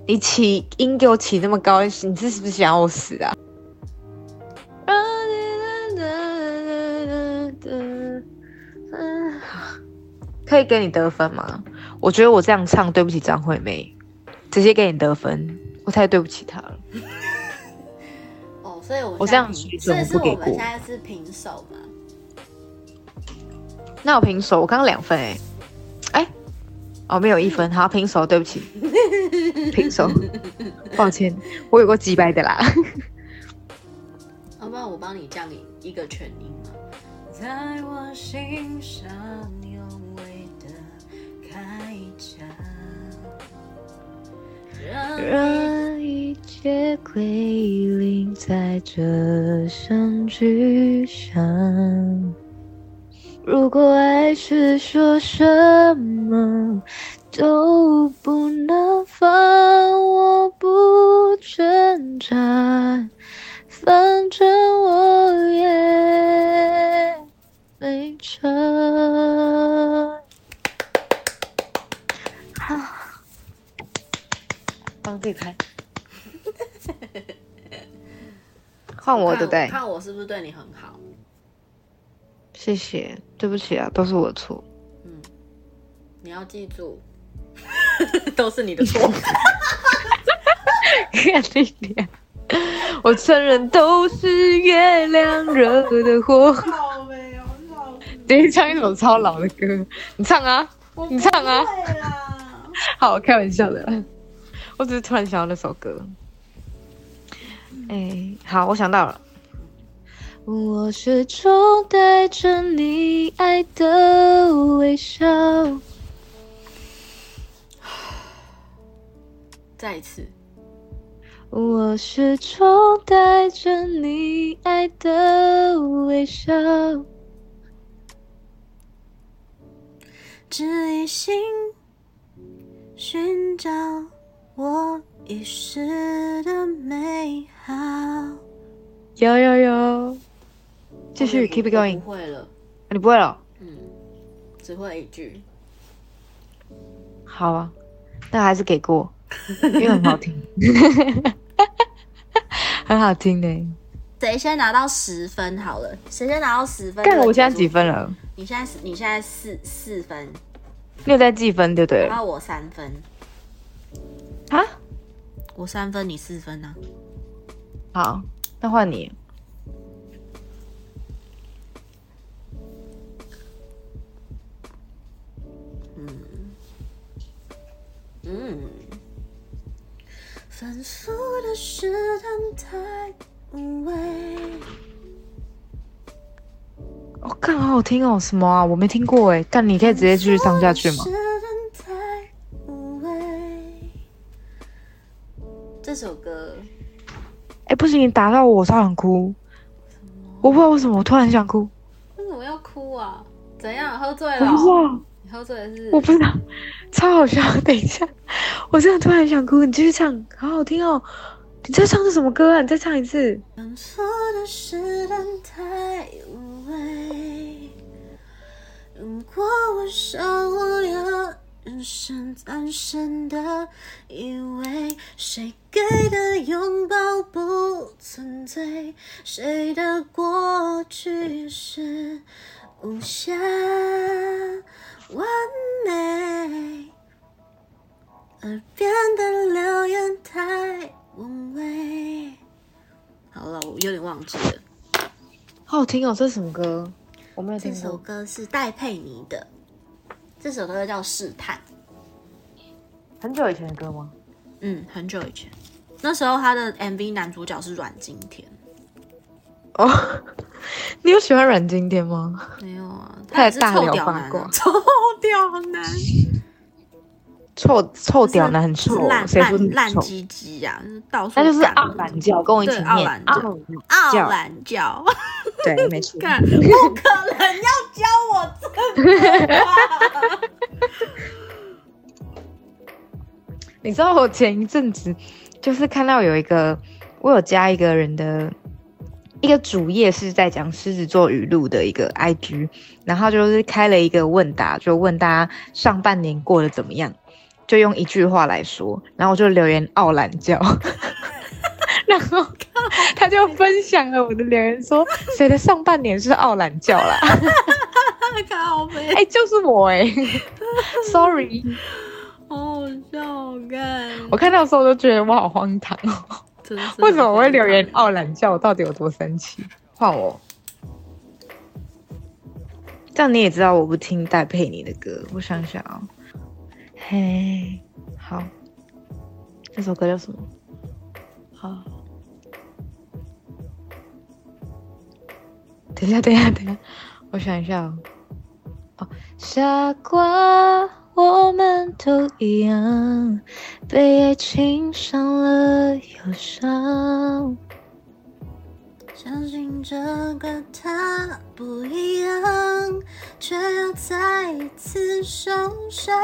你起音给我起那么高，你是不是想要我死 <laughs> 啊？可以给你得分吗？我觉得我这样唱对不起张惠妹，直接给你得分，我太对不起她了。
哦，所以我们
我
现在
这样
平
水准我
所以
不
是我
给过
们现在是平手嘛？
那我平手，我刚刚两分哎、哎、哦没有一分，好平手，对 <laughs> 不起，平手，抱歉，我有过几百的啦。
要、不然我帮你降你一个全音嘛？在我心上用力的开场。
让一切归零，在这声巨响。如果爱是说什么都不能放，我不挣扎，反正我也没差。
帮自己拍。 <laughs> 换我对不对？
看我是不是对你很好？
谢谢，对不起啊，都是我的错。
嗯，你要记住， <laughs> 都是你的错。
看你脸，我承认都是月亮惹的祸。等一下唱一首超老的歌，你唱啊，你唱啊。好，开玩笑的啦，我只是突然想到那首歌。哎、好，我想到了，
我始终带着你爱的微笑，
再一 <laughs> 次，
我始终带着你爱的微笑。
只一心寻找我遗失的美好。
有有有，继续
我不
keep it going 啊
我。不会了，
你不会了？
嗯，只会一句。
好啊，但还是给 <laughs> 过，因为很好听， <laughs> 很好听呢、
谁先拿到十分好了？谁先拿到十分？
但我现在几？分了？
你现在是你现在四四分，
你有在计分对不对
然
了？
后我三分，
啊，
我三分，你四分啊？
好，那换你。
嗯。反复的试探太无味。
我、哦、干，好好听哦！什么啊？我没听过哎。但你可以直接继续唱下去吗
试？探太无味。这首歌
哎，不行，你打到我，我超想哭。我不知道为什么，我突然想哭。
为什么要哭啊？怎样？喝醉
我
了
不知
哦？
道，
你喝醉了是？
我不知道，超好笑。等一下，我真的突然想哭。你继续唱，好好听哦。你在唱的什么歌啊？你再唱一次。
犯错的试探太无味。如果我受不了人生单身的以为，谁给的拥抱不存在，谁的过去是无瑕完美。耳边的流言太无味。好了，我有点忘记了。
好好听哦，这是什么歌？我没有
这
听
首
过。
歌是戴佩妮的，这首歌叫《试探》。
很久以前的歌吗？
嗯，很久以前，那时候他的 MV 男主角是阮经天。
哦，你有喜欢阮经天吗？
没有啊，
太
也是
大
臭
了
屌
八
男、啊
卦，
臭屌男，
臭臭
臭
屌男很臭，
烂
谁说你
烂烂
臭？
鸡鸡呀，就是到处
那就是
干
傲懒教，跟我一起
对
念
傲懒教
傲懒
傲
叫
懒教，
对，没错。 <laughs>
干不可能要教我这个啊吧？
你知道我前一阵子就是看到有一个，我有加一个人的一个主页是在讲狮子座语录的一个 IG，然后就是开了一个问答，就问大家上半年过得怎么样，就用一句话来说，然后我就留言傲懒觉， <laughs> 然后他就分享了我的留言说，谁的上半年是傲懒觉啦？
<laughs> 靠背
哎、，就是我哎、s o r r y
好好笑哦，干
我看到的时候就觉得我好荒唐哦。
真是
<laughs> 为什么我会
很
留言哦
荒唐
傲懒叫？我到底有多生气？ <laughs> 换我。这样你也知道我不听戴佩妮的歌。我想想啊、嘿，好，这首歌叫什么？好，等一下，等一下，等一下，我想一下哦。
傻瓜，我们都一样，被爱情伤了又伤。
相信这个他不一样，却又再一次受伤。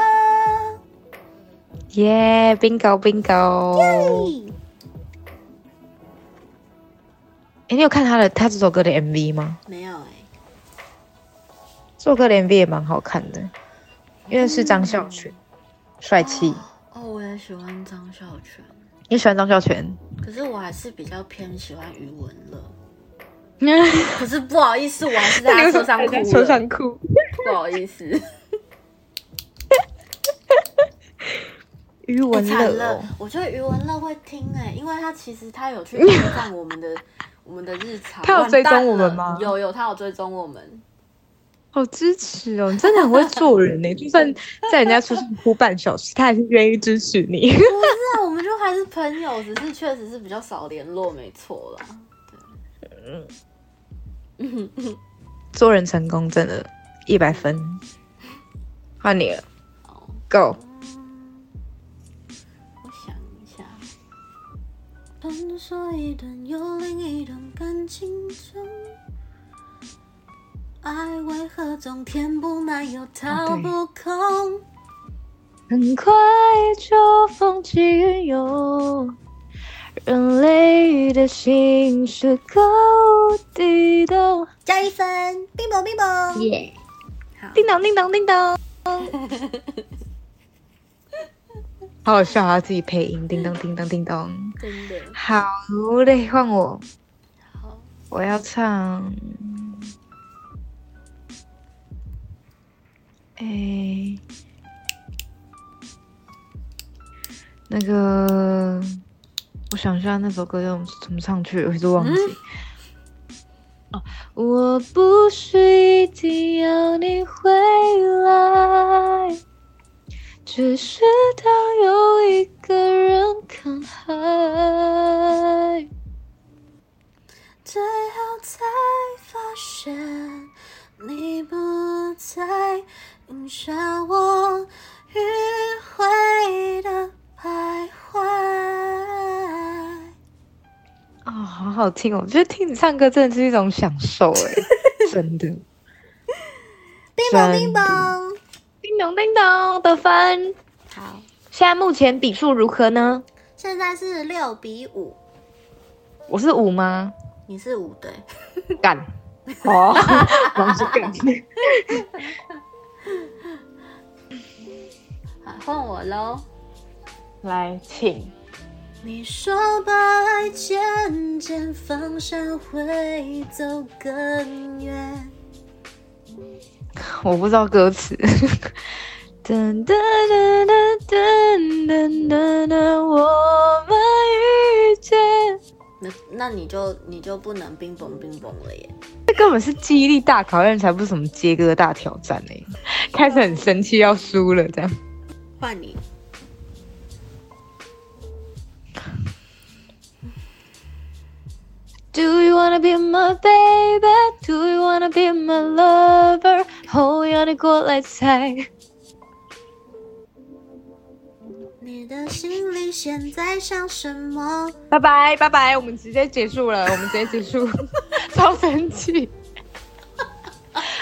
耶、b i n g o bingo！哎、你有看他的他这首歌的 MV 吗？
没有哎、
这首歌的 MV 也蛮好看的，因为是张孝全，帅气。
哦，我也喜欢张孝全，
你喜欢张孝全？
可是我还是比较偏喜欢余文乐。
<laughs>
可是不好意思，我还是在他车上哭
在车
了。
上哭。
不好意思，
余文
哎惨
乐、
了
哦，，
我觉得余文乐会听哎、因为他其实他有去追上我们的我们的日常。
<laughs> 他有
完
追
蛋
踪我们
了
吗
有有，他有追踪我们。
好支持哦！你真的很会做人呢、欸就算在人家车上哭半小时，他还是愿意支持你。
那我们就还是朋友，只是确实是比较少联络，没错啦。
做人成功真的，一百分。换你了，Go！
我想一下，本说一段又另一段感情中，爱为何总填不满
哦
又掏不空？
很快就风起云涌，人类的心是高低动。
加一分，冰雹冰雹。
耶、
叮当叮当叮当，好好笑啊！自己配音，叮当叮当叮当。
真的
好嘞，换我，
好，
我要唱。哎、那个，我想一下那首歌要怎么唱去，我一直忘记。
我不是一定要你回来，只是当有一个个人看海。
最后才发现你不在，映射我迂回的徘徊。
哦，好好听哦！我觉得听你唱歌真的是一种享受哎，真的。
叮
真
咚
的
叮咚，
叮咚叮咚得分，
好，
现在目前比数如何呢？
现在是六比五，
我是五吗？
你是五对，
干。哦，我是干。
好，换我喽。
来，请。
你说把爱渐渐放下会走更远，
我不知道歌词。 <laughs> 噔噔噔噔噔噔噔，我们遇见。
那那你就你就不能冰崩冰崩了耶。
这根本是记忆力大考验，才不是什么接歌大挑战呢、开始很生气，要输了这样。
换你，
Do you wanna be my baby? Do you wanna be my lover? 后要你过来猜。
你的心里现在想什么？
拜拜拜拜，我们直接结束
<laughs>
了，我们直接结束， <laughs> 超生气。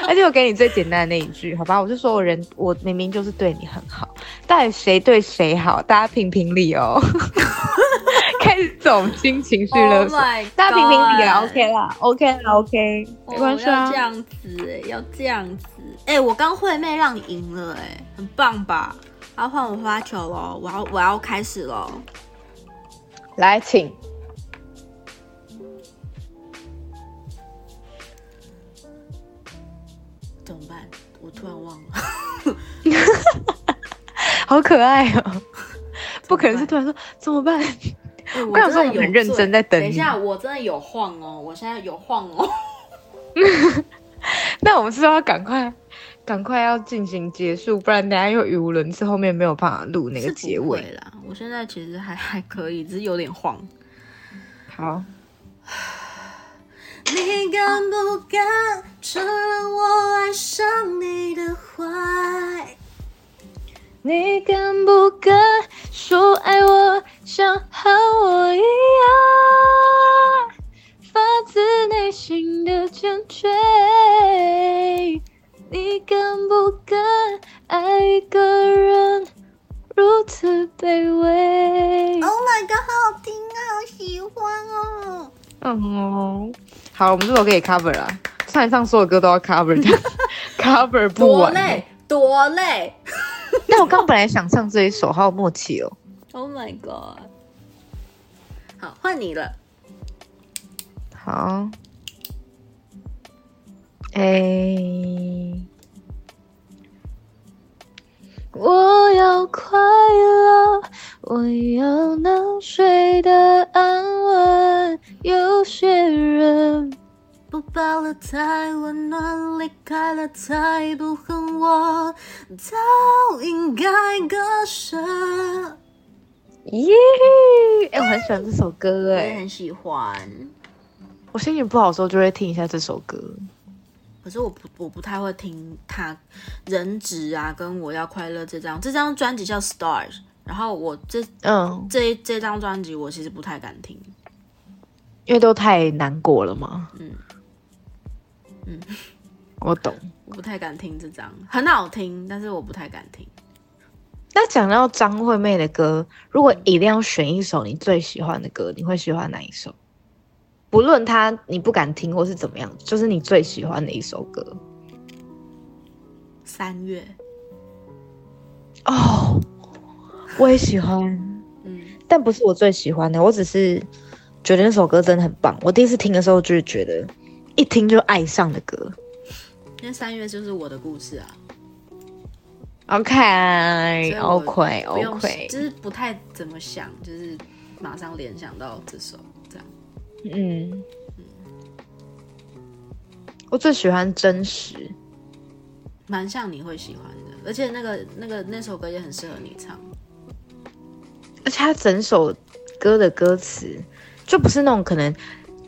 而且我给你最简单的那一句，好吧？我就说我人，我明明就是对你很好，到底谁对谁好？大家评评理哦。 <laughs> 开始走进情绪勒
Oh
索
my
大家评评理啦
God
，OK 啦，OK 啦，OK，没关系
哦要
啊
这。样子哎，要这样子哎、我刚惠妹让你赢了哎、很棒吧？要换我发球喽，我要我要开始喽。
来，请。
怎么办？我突然忘了， <laughs>
好可爱哦！不可能是
怎
突然说怎么办？
哎我
刚
刚
想说我很认真在等你
等一下，我真的有晃哦，我现在有晃哦。
那我们是不是要赶快，赶快要进行结束，不然等下又语无伦次，后面没有办法录那个
是
结
不会
尾。
啦，我现在其实还还可以，只是有点晃。
好，
你敢不敢承认我爱上你的坏？
你敢不敢说爱我，像和我一样，发自内心的坚决？你敢不敢爱一个人如此卑微？
Oh my god，好好听啊，好喜欢哦！
嗯哦，好，我们这首可以 cover 啦，上一上所有歌都要 cover 的
<laughs>
，cover 不欸
多
完。
累，多累
那我刚本来想唱这一首，好有默契哦。
！Oh my god，好，换你了。
好，哎、
我要快乐，我要能睡得安稳。有些人
不抱了太温暖，离开了太不恨我，早应该割舍。
耶！哎、我很喜欢这首歌
我
哎、
也很喜欢，
我心情不好的时候就会听一下这首歌。
可是我不我不太会听他人质啊，跟我要快乐这张这张专辑叫 Stars，然后我这
嗯，
这这张专辑我其实不太敢听。
因为都太难过了嘛。
嗯
嗯
嗯
嗯，我懂。
我不太敢听这张，很好听，但是我不太敢听。
那讲到张惠妹的歌，如果一定要选一首你最喜欢的歌，你会喜欢哪一首？不论它你不敢听或是怎么样，就是你最喜欢的一首歌
三月，
哦。我也喜欢，
嗯，
<laughs> 但不是我最喜欢的，我只是觉得那首歌真的很棒。我第一次听的时候就是觉得，一听就爱上的歌。
因为三月就是我的故事啊。所以我
OK，OK，OK，、
不用就是不太怎么想，就是马上联想到这首这样。
嗯，我最喜欢真实。
蛮像你会喜欢的，而且那个那个那首歌也很适合你唱。
而且他整首歌的歌词就不是那种可能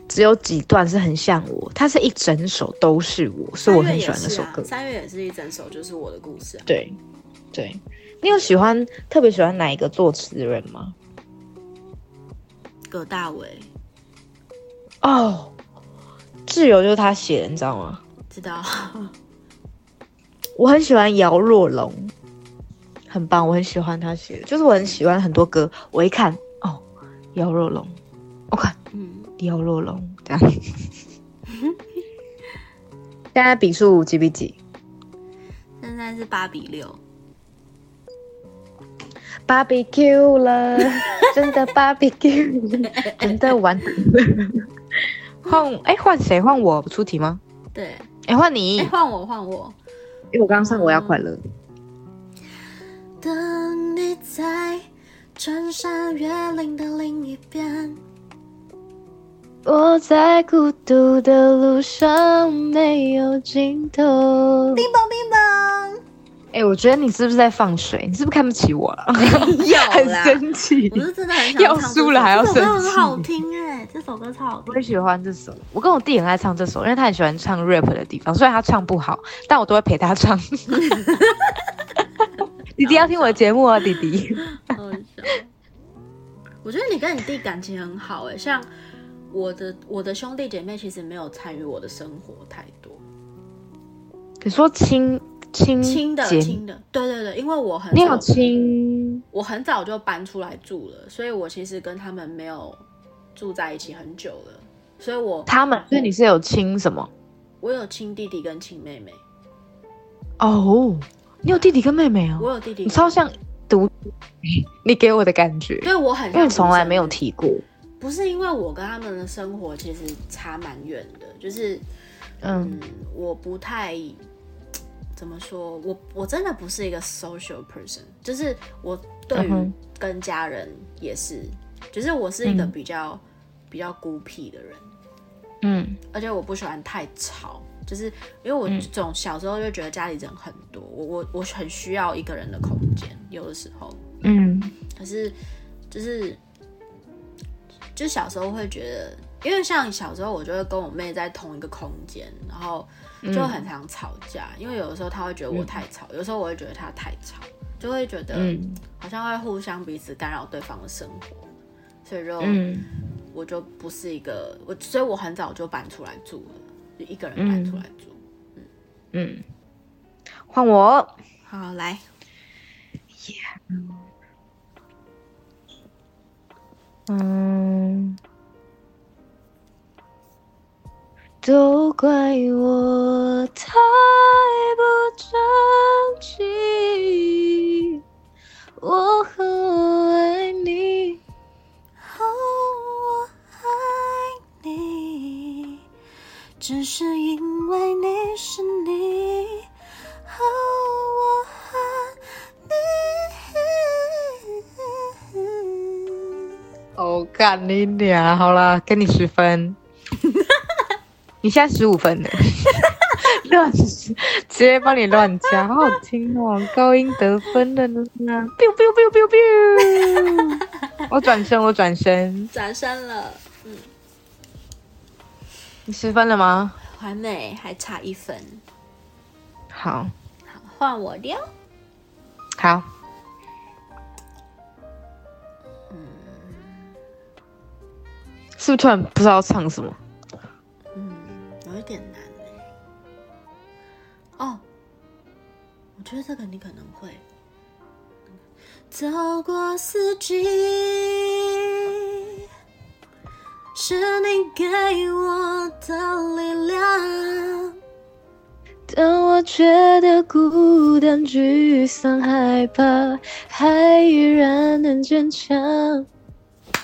只有几段是很像我，它是一整首都是我，所以我很喜欢那首歌。
啊三月也是一整首，就是我的故事啊。
对，对，你有喜欢特别喜欢哪一个作词人吗？
葛大为
哦，挚友就是他写的，你知道吗？
知道，
我很喜欢姚若龙，很棒，我很喜欢他写的，就是我很喜欢很多歌，我一看哦，姚若龙，我看
嗯，
姚若龙 <laughs> 这样。现在比数几比 <laughs> 几？
现在是八比六，
barbecue 了，真的 barbecue，了真的完蛋了。换哎换谁？换我出题吗？
对，
哎换你，
哎，换我，换
<laughs>
我。
因为我刚刚唱我要快乐。
当你在穿山越岭的另一边，
我在孤独的路上没有尽头。
叮咚叮咚，
哎、我觉得你是不是在放水？你是不是看不起我了？
有
<laughs> 很
啦。
生气
我。是真的很想
要
唱这
输
首
了还要
这首歌
生
很
气
好
<laughs>
听哎、这首歌超好
我
听
也。喜欢这首，我跟我弟很爱唱这首，因为他很喜欢唱 rap 的地方，虽然他唱不好，但我都会陪他唱。 <laughs> 弟弟要听我的节目哦，弟弟。
好笑。我觉得你跟你弟感情很好哎、像我的我的兄弟姐妹其实没有参与我的生活太多，
<laughs> 你说亲嗯亲
亲的
姐
亲的，对对对，因为我很
你有
早
亲
我很早就搬出来住了，所以我其实跟他们没有住在一起很久了，所以我
他们，所以你是有亲什么？
我有亲弟弟跟亲妹妹，
哦，你有弟弟跟妹妹
我
哦，
有弟弟
你，超像独，你给我的感觉，
对我很
因为
像
你从来没有
独生女
提过。
不是因为我跟他们的生活其实差蛮远的，就是
嗯
嗯，我不太怎么说，我我真的不是一个 social person，就是我对
嗯
于
哼
跟家人也是，就是我是一个
嗯
比较、比较孤僻的人，
嗯
而且我不喜欢太吵，就是因为我
嗯
总小时候就觉得家里人很多，我我我很需要一个人的空间，有的时候，
嗯
可是就是就小时候会觉得，因为像小时候我就会跟我妹在同一个空间，然后
嗯
就很常吵架，因为有的时候她会觉得我太吵，有时候我会觉得她太吵，就会觉得
嗯
好像会互相彼此干扰对方的生活，所以就、
嗯
我就不是一个我，所以我很早就搬出来住了，就一个人搬出来住。
嗯，换我，
好，来，
嗯，
都怪我太不争气，我很爱你，
哦，我爱你，只是因为你是你。哦，我爱你。
哦，干你俩，好啦，给你十分，你现在十五分了，乱直接帮你乱加，好好听哦，高音得分了呢，biu biu biu biu biu，我转身，我转身，
转身了，
你十分了吗？
还没，还差一分。
好，
好，换我撩。
好，是不是突然不知道唱什么？
嗯，有一点难欸哦，我觉得这个你可能会。走过四季，是你给我的力量。
当我觉得孤单、沮丧、害怕，还依然能坚强。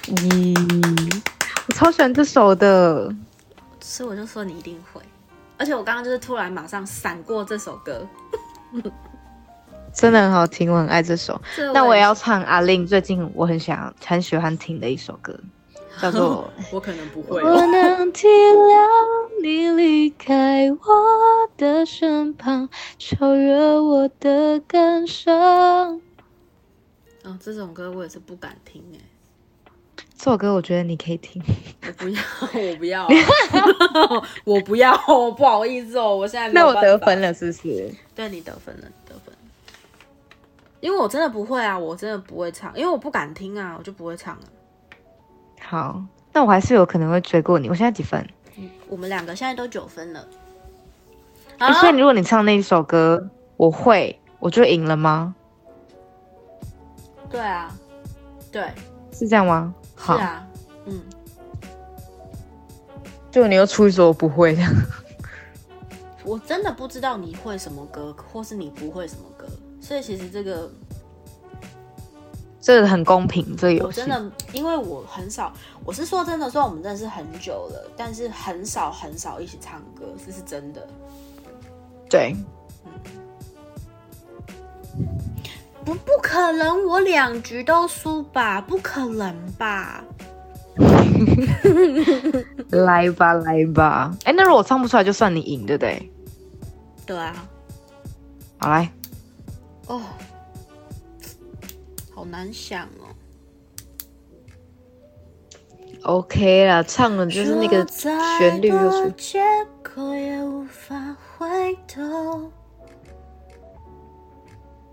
咦，我超喜欢这首的，
所以我就说你一定会，而且我刚刚就是突然马上闪过这首歌。
真的很好听，我很爱这首。
所以
那我也要唱阿令最近我很想很喜欢听的一首
<laughs>
歌，叫做
我可能不会
我能体谅你离开我的身旁，超越我的感伤。
哦哦，这种歌我也是不敢听哎、
这首歌我觉得你可以听，
我不要， <laughs> 我不要，我不要，不好意思哦，我现在没
那
有
我
办
得
法
分了是不是？
对你得分了，得分。因为我真的不会啊，我真的不会唱，因为我不敢听啊，我就不会唱了。
好，那我还是有可能会追过你。我现在几分？
我们两个现在都九分了。
欸
啊，
所以如果你唱那一首歌，我会，我就赢了吗？
对啊，对，
是这样吗？
是
好，
啊，嗯，
就你又出一首我不会的， <laughs>
我真的不知道你会什么歌，或是你不会什么歌，所以其实这个
这个很公平，这个游
我
戏
真。的，因为我很少，我是说真的，虽然我们认识很久了，但是很少很少一起唱歌，这是真的。
对，
不，不可能，我两局都输吧？不可能吧？
来吧来吧。哎、那如果我唱不出来，就算你赢，对不对？
对啊，
好来，
哦，好难想哦。
OK 啦，唱了就是那个
说再
旋律就
多
出。
借口也无法回头。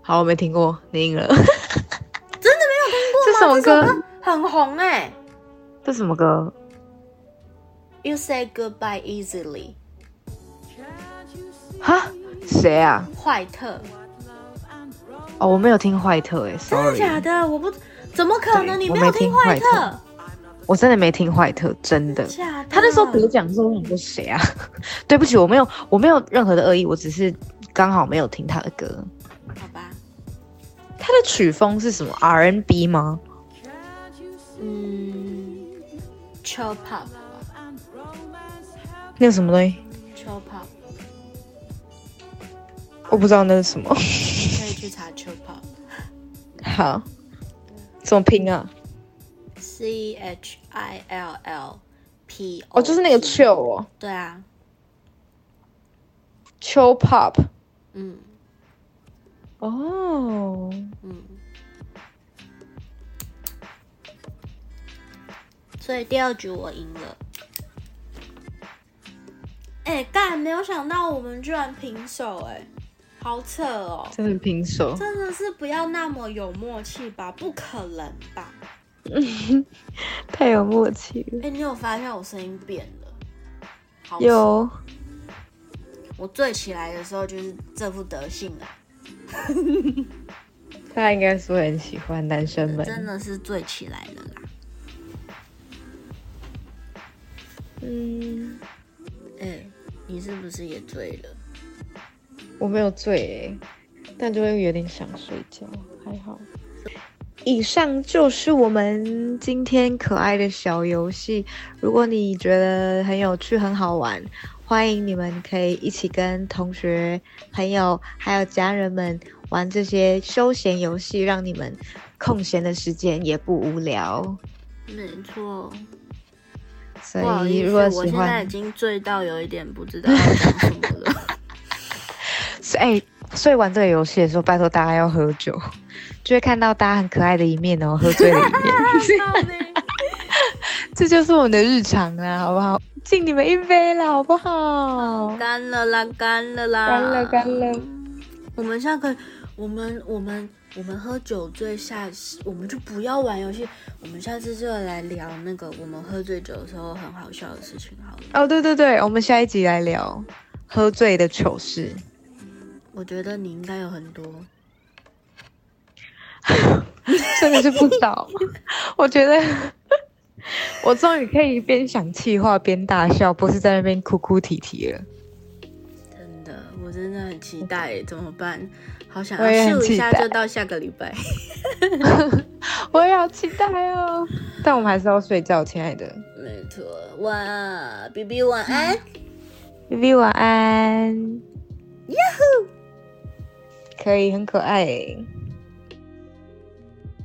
好，我没听过，你赢了。 <laughs> 真的没有听过这什么歌？
很红哎、
这什么歌？
You say goodbye easily，
哈？谁啊？
坏特，
哦，我没有听坏特哎、s o r r
真的
y
假的？我不，怎么可能？
对
你
我
有
没
听
听
坏
坏特我真的没听坏特，真的。
假的？
他那时候得奖的时候，我想说谁啊？ <laughs> 对不起，我没有，我没有任何的恶意，我只是刚好没有听他的歌。
好吧，
他的曲风是什么？R&B 吗？
嗯，chill pop 吧
那个什么东西？
，chill pop
我不知道那是什么。 <laughs>
可以去查 chill pop。
好，怎么拼啊？
C H I L L P O，
哦，就是那个 chill 哦
对啊，
，chill pop。
嗯
哦，
嗯。所以第二局我赢了。哎、干！没有想到我们居然平手、哎，好扯哦！
真的拼手。
真的是不要那么有默契吧？不可能吧？
太有默契了。
哎、你有发现我声音变了？好扯
有，
我醉起来的时候就是这副德性啊啦，
他应该是会很喜欢男生
真
们。
的是醉起来了啦。
嗯，
哎、你是不是也醉了？
我没有醉、欸，但就会有点想睡觉，还好。以上就是我们今天可爱的小游戏。如果你觉得很有趣、很好玩，欢迎你们可以一起跟同学、朋友还有家人们玩这些休闲游戏，让你们空闲的时间也不无聊。
没错，
所
不好
以，
意
如
思，
果
我
喜
现
欢，
在已经醉到有一点不知道要讲什么
<laughs>
了。
所以、哎所以玩这个游戏的时候，拜托大家要喝酒，就会看到大家很可爱的一面哦，喝醉的一面，这就是我们的日常啦，好不好？敬你们一杯啦，好不好？
干了啦，干了啦，
干了干了。
我们下个，我们我们我们喝酒醉下，我们就不要玩游戏，我们下次就来聊那个我们喝醉酒的时候很好笑的事情好了。
哦，对对对，我们下一集来聊喝醉的糗事。
我觉得你应该有很多。
真的是不少。 <laughs> 我觉得 <laughs> 我终于可以边想气话边大笑，不是在那边哭哭啼啼了。
真的，我真的很期待耶，怎么办？好想
嗯我也
要
很
秀一
期
下，
待
就到下个礼拜。
我也好期待哦！但我们还是要睡觉，亲爱的。
没错，哇，B B 晚安。
B B 晚安。Yahoo，可以，很可爱耶。欸